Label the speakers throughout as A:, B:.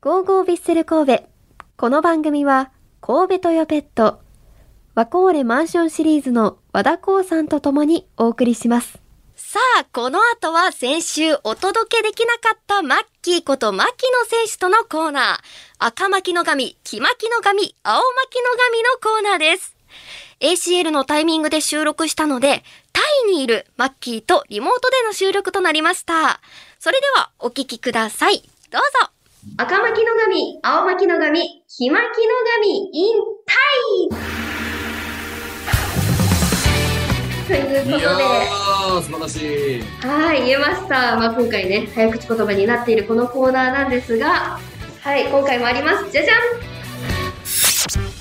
A: ゴーゴービッセル神戸。この番組は、神戸トヨペット、ワコーレマンションシリーズの和田光さんと共にお送りします。さあ、この後は先週お届けできなかったマッキーこと牧野選手とのコーナー。赤巻の神、黄巻の神、青巻の神のコーナーです。ACL のタイミングで収録したので、タイにいるマッキーとリモートでの収録となりました。それではお聞きください。どうぞ。赤巻の神、青巻の神、黄巻の神、インタイというこ
B: いや
A: とで、
B: ー、素晴らしい。
A: はい、言えました。まあ、今回ね、早口言葉になっているこのコーナーなんですが、はい、今回もあります。じゃじ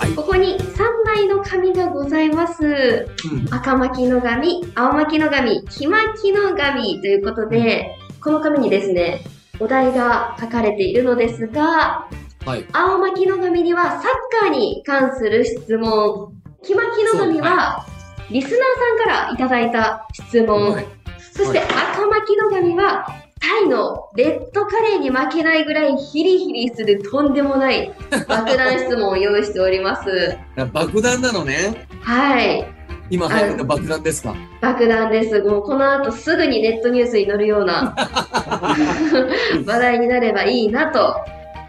A: ゃん、ここに3枚の紙がございます。
B: うん、
A: 赤巻の紙、青巻の紙、黄巻の紙ということで、この紙にですね、お題が書かれているのですが、
B: はい。
A: 青巻の紙にはサッカーに関する質問、黄巻の紙はリスナーさんからいただいた質問、
B: はい
A: そして
B: は
A: 赤巻の神は、タイのレッドカレーに負けないぐらいヒリヒリするとんでもない爆弾質問を用意しております。
B: 爆弾なのね。
A: はい。
B: 今流行るの爆弾ですか。
A: 爆弾です。もうこの後すぐにネットニュースに載るよう な話題になればいいなと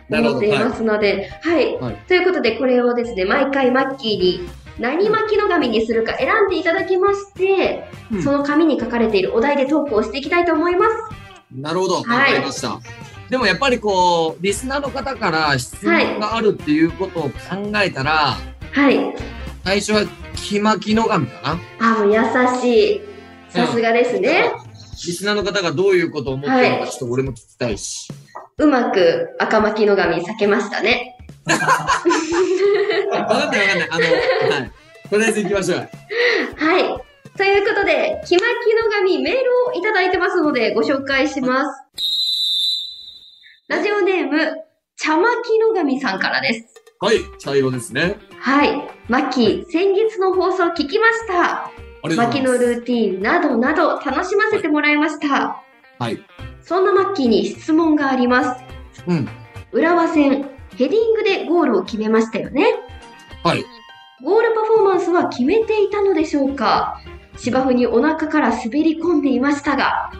B: なる
A: 思
B: ほ
A: って
B: ど。
A: い
B: はい。
A: ますので、はい、
B: はい
A: ということでこれをですね、毎回マッキーに何巻きの紙にするか選んでいただきまして、
B: うん
A: その紙に書かれているお題でトークをしていきたいと思います。
B: なるほど。わ
A: はい
B: かりました。でもやっぱりこう、リスナーの方から質問があるっていうことを考えたら、
A: はい。
B: 最初は木巻の神かな。
A: あ、もう優しい。さすがですね。
B: リスナーの方がどういうことを思ってるのか、ちょっと俺も聞きたいし。
A: うまく赤巻きの紙避けましたね。
B: わかんないわかんない。あの、はい。とりあえず行きましょう。
A: はい。ということで、きまきの神メールをいただいてますのでご紹介します。ラジオネーム、茶巻きの神さんからです。
B: はい。茶色ですね。
A: はい。マキ、先月の放送聞きました。
B: ありが
A: マ
B: と
A: キ
B: うご
A: の
B: ざいます。
A: ルーティーンなどなど楽しませてもらいました。
B: はい。
A: そんなマッキーに質問があります。
B: うん。
A: 浦和戦、ヘディングでゴールを決めましたよね。
B: はい。
A: ゴールパフォーマンスは決めていたのでしょうか芝生にお腹から滑り込んでいましたが、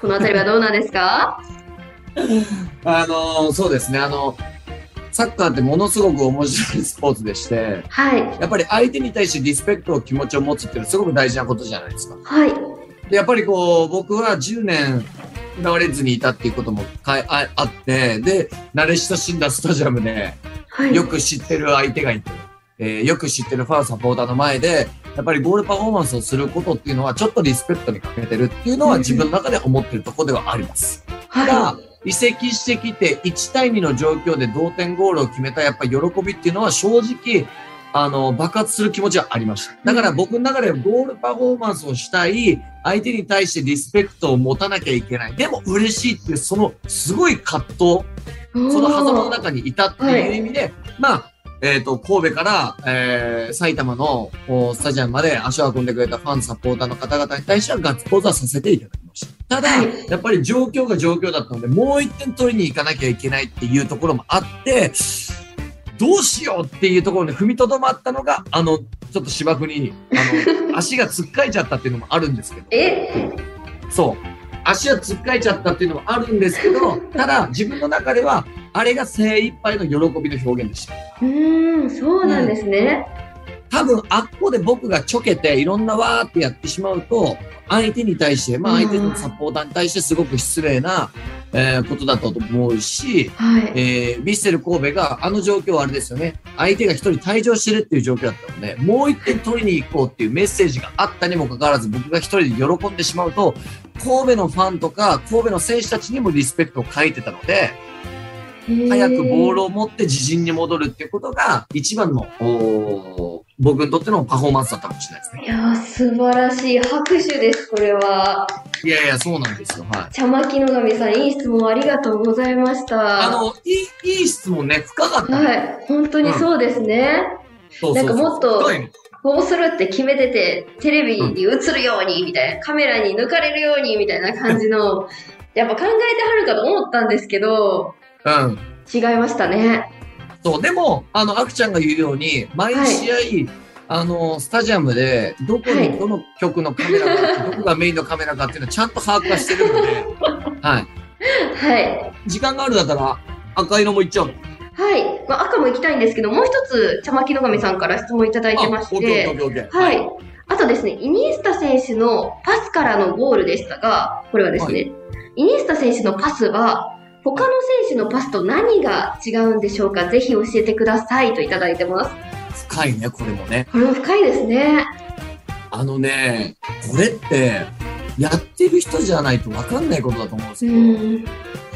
A: このあたりはどうなんですか
B: あのーそうですね、あの、サッカーってものすごく面白いスポーツでして、
A: はい。
B: やっぱり相手に対してリスペクトを気持ちを持つっていうのはすごく大事なことじゃないですか。
A: はい。
B: で、やっぱりこう、僕は10年、浦和レッズにいたっていうこともかいああって、で、慣れ親しんだスタジアムで、
A: はい。
B: よく知ってる相手がいて、えーよく知ってるファンサポーターの前で、やっぱりゴールパフォーマンスをすることっていうのは、ちょっとリスペクトに欠けてるっていうのは自分の中で思ってるところではあります。
A: は
B: が移籍してきて1対2の状況で同点ゴールを決めたやっぱ喜びっていうのは正直あの爆発する気持ちはありましただから僕の中ではゴールパフォーマンスをしたい相手に対してリスペクトを持たなきゃいけないでも嬉しいっていうそのすごい葛藤
A: い。おー
B: その狭間の中にいたっていう意味で、まあえっと神戸から、えー埼玉のこうスタジアムまで足を運んでくれたファン、サポーターの方々に対してはガッツポーズはさせていただきました。ただ、
A: はい
B: やっぱり状況が状況だったので、もう一点取りに行かなきゃいけないっていうところもあって、どうしようっていうところに踏みとどまったのが、あの、ちょっと芝生に、 あの、足がつっかえちゃったっていうのもあるんですけど、
A: え
B: そう。足をつっかえちゃったっていうのもあるんですけ ど、ただ自分の中では、あれが精一杯の喜びの表現でした。
A: うーん、そうなんですね。
B: 多分、あっこで僕がちょけて、いろんなわーってやってしまうと、相手に対して、まあ相手のサポーターに対してすごく失礼な、えーことだったと思うし、
A: はい。
B: えー、ヴィッセル神戸があの状況はあれですよね。相手が一人退場してるっていう状況だったので、もう一点取りに行こうっていうメッセージがあったにもかかわらず、僕が一人で喜んでしまうと、神戸のファンとか、神戸の選手たちにもリスペクトを書いてたので、早くボール
A: を。
B: を持って自陣に戻るっていうことが、一番の、おー僕にとってのパフォーマンスだったかもしれないですね。
A: いやー、素晴らしい。拍手です、これは。
B: いやいや、そうなんですよ。はい。
A: 茶巻の神さん、いい質問ありがとうございました。
B: あの、いい、いい質問ね。深かった。
A: はい。本当にそうですね。
B: そうそう
A: な
B: そう。
A: んかもっと
B: 深いね
A: こうするって決めてて、テレビに映るように、みたいな、カメラに抜かれるように、みたいな感じの、やっぱ考えてはるかと思ったんですけど、
B: うん。
A: 違いましたね。
B: そう、でも、あの、アクちゃんが言うように、毎試合、あの、スタジアムで、どこ
A: はい
B: にどの曲のカメラがあって、 どこがメインのカメラかっていうのはちゃんと把握はしてるので、は
A: はい。
B: い。時間があるだったら、赤色もいっちゃうの。
A: はい。まあ、赤も行きたいんですけど、もう一つ、茶巻の神さんから質問いただいてまし
B: オッケー
A: て、
B: オッケーオッケーオッケー。
A: はい。あとですね、イニエスタ選手のパスからのゴールでしたが、これはですね、
B: は
A: イニエスタ選手のパスは、他の選手のパスと何が違うんでしょうかぜひ教えてくださいといただいてます。
B: 深いね、これもね。
A: これも深いですね。
B: あのね、これって、やってる人じゃないと分かんないことだと思うんです
A: う
B: よ。
A: ん。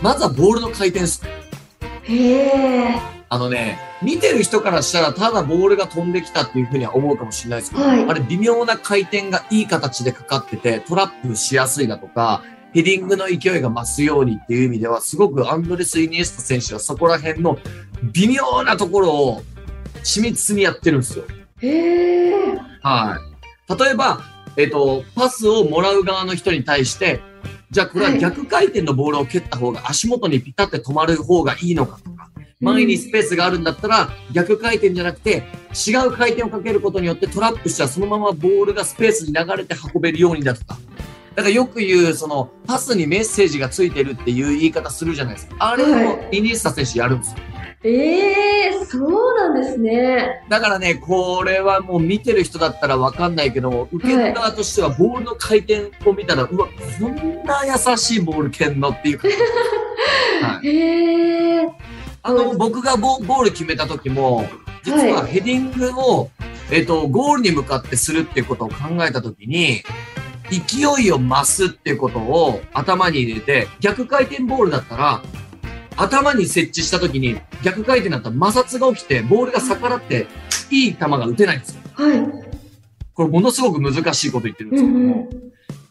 B: まずはボールの回転数。
A: へえ。
B: あのね、見てる人からしたら、ただボールが飛んできたっていうふうには思うかもしれないですけど、
A: はい
B: あれ微妙な回転がいい形でかかってて、トラップしやすいだとか、ヘディングの勢いが増すようにっていう意味では、すごくアンドレス・イニエスタ選手はそこら辺の微妙なところを緻密にやってるんですよ。
A: へえ。
B: はい。例えば、えっ、と、パスをもらう側の人に対して、じゃあこれは逆回転のボールを蹴った方が足元にピタって止まる方がいいのかとか、前にスペースがあるんだったら逆回転じゃなくて違う回転をかけることによってトラップしたらそのままボールがスペースに流れて運べるようにだとか。だからよく言うそのパスにメッセージがついてるっていう言い方するじゃないですか。あれ
A: は
B: をイニエスタ選手やるんですよ。
A: ええそうなんですね。
B: だからね、これはもう見てる人だったらわかんないけど、受ける側としてはボールの回転を見たら、うわ、こんな優しいボール蹴んのっていう感じ。はい
A: へえ。
B: あの、僕がボボール決めた時も、実はヘディングを、えっと、ゴールに向かってするっていうことを考えた時に、勢いを増すっていうことを頭に入れて、逆回転ボールだったら、頭に設置した時に逆回転だったら摩擦が起きて、ボールが逆らって、いい球が打てないんですよ。
A: はい。
B: これものすごく難しいこと言ってるんで
A: う
B: すけど
A: んう
B: も、
A: ん。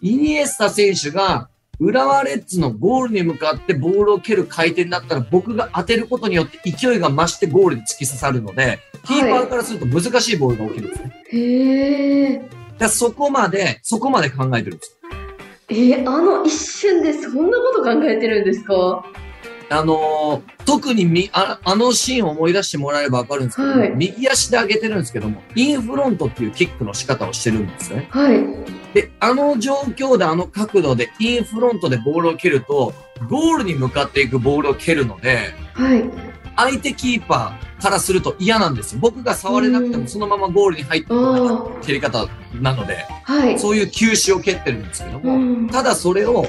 B: イニエスタ選手が浦和レッズのゴールに向かってボールを蹴る回転だったら僕が当てることによって勢いが増してゴールに突き刺さるので、キーパーからすると難しいボールが起きるんですね。
A: へえ。
B: だからそこまで、そこまで考えてるんです。
A: えー、あの一瞬でそんなこと考えてるんですかは
B: あのー特にみああのシーンを思い出してもらえればわかるんですけども、
A: はい
B: 右足で上げてるんですけども、インフロントっていうキックの仕方をしてるんですね。
A: い。
B: で、あの状況で、あの角度で、インフロントでボールを蹴ると、ゴールに向かっていくボールを蹴るので、
A: はい。
B: 相手キーパーからすると嫌なんですよ。僕が触れなくて
A: う
B: も、
A: ん
B: そのままゴールに入ってくるよう
A: あ
B: な蹴り方なので、
A: あ。はい。
B: そういう球種を蹴ってるんですけど
A: う
B: も、
A: ん。
B: ただそれを、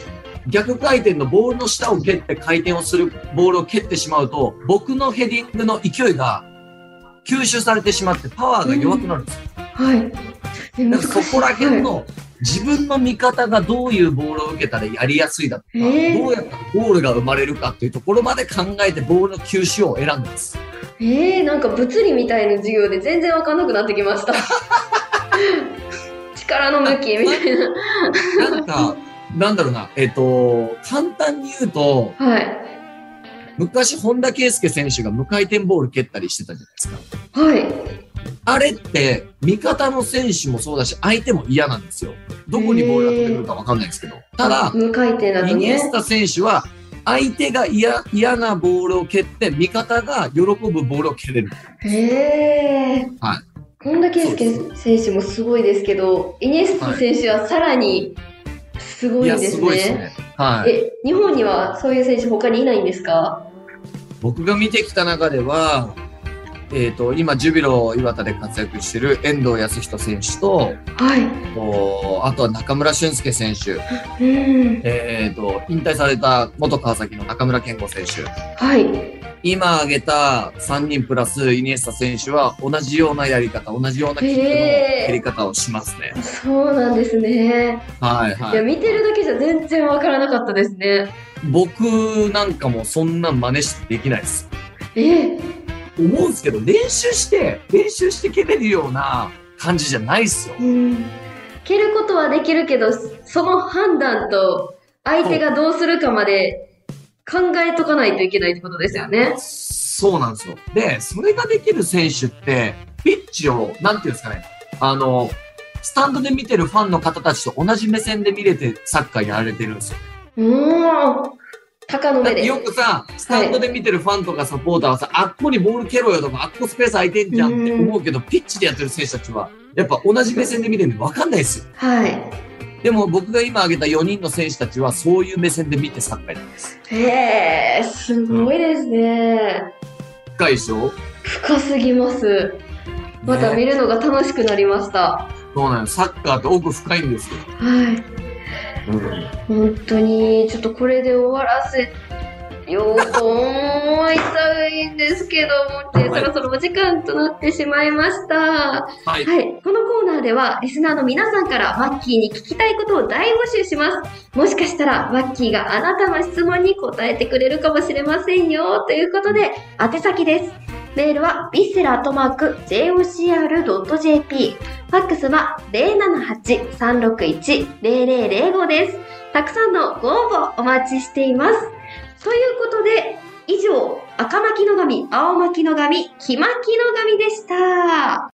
B: 逆回転のボールの下を蹴って回転をするボールを蹴ってしまうと、僕のヘディングの勢いが吸収されてしまってパワーが弱くなるんですよ
A: はい。え
B: なんかそこら辺。
A: 難し
B: の自分の味方がどういうボールを受けたらやりやすいだとか、
A: えー
B: どうやったらゴールが生まれるかっていうところまで考えてボールの球種を選んでます。
A: いはいえー、なんか物理みたいな授業で全然わかんなくなってきま した。力の向きみたいな。
B: なんか、なんだろうな、えっ、と、簡単に言うと、
A: はい。
B: 昔本田圭佑選手が無回転ボール蹴ったりしてたじゃないですか。
A: はい。
B: あれって、味方の選手もそうだし、相手も嫌なんですよ。どこにボールが飛んでくるかわかんないですけど。ただ、
A: 無回転だ
B: イ
A: と
B: ニエ
A: ね
B: ス。タ選手は相手が嫌嫌なボールを蹴って味方が喜ぶボールを蹴れる。
A: へえ。
B: はい。
A: 本田圭佑選手もすごいですけど、イニエスタ選手はさらにすごいですね。
B: すごいですね。はい。
A: え、日本にはそういう選手他にいないんですか
B: 僕が見てきた中では、えっ、と、今、ジュビロ岩田で活躍してる遠藤康人選手と、
A: は
B: おあとは中村俊輔選手、
A: い。うん。
B: えっ、と、引退された元川崎の中村健吾選手、
A: はい。
B: 今挙げた3人プラスイニエスタ選手は同じようなやり方、同じようなキックの蹴り方をしますね。
A: そうなんですね。
B: はいはい
A: いや、。見てるだけじゃ全然わからなかったですね。
B: 僕なんかもそんな真似してできないです。
A: え、
B: 思うんですけど、練習して、練習して蹴れるような感じじゃないですよ。
A: うん。蹴ることはできるけど、その判断と相手がどうするかまで考えとかないといけないってことですよね。
B: そうなんですよ。で、それができる選手って、ピッチを、なんていうんですかね、あの、スタンドで見てるファンの方たちと同じ目線で見れてサッカーやられてるんですよ。
A: うーん。高の
B: だっ
A: 目で
B: て。よくさ、スタンドで見てるファンとかサポーターはさ、あっこにボール蹴ろよとか、あっこスペース空いてんじゃんって思うけど、ピッチでやってる選手たちは、やっぱ同じ目線で見てるんで分かんないですよ。
A: はい。
B: でも僕が今挙げた4人の選手たちは、そういう目線で見てサッカーやってます。
A: へえ、すごいですね。
B: 深いでしょ
A: 深すぎます。また見
B: ね
A: るのが楽しくなりました。
B: そうなの。サッカーって奥深いんですよ。
A: はい。
B: うん
A: 本当にちょっとこれで終わらせようと思いたいんですけども
B: はい
A: そろそろお時間となってしまいました、は
B: はい
A: い。このコーナーではリスナーの皆さんからマッキーに聞きたいことを大募集しますもしかしたらマッキーがあなたの質問に答えてくれるかもしれませんよということで宛先ですメールはビッセラアットマーク JOCR.jp ファックスは078-361-0005です。たくさんのご応募お待ちしています。ということで、以上、赤巻の神、青巻の神、木巻の神でした。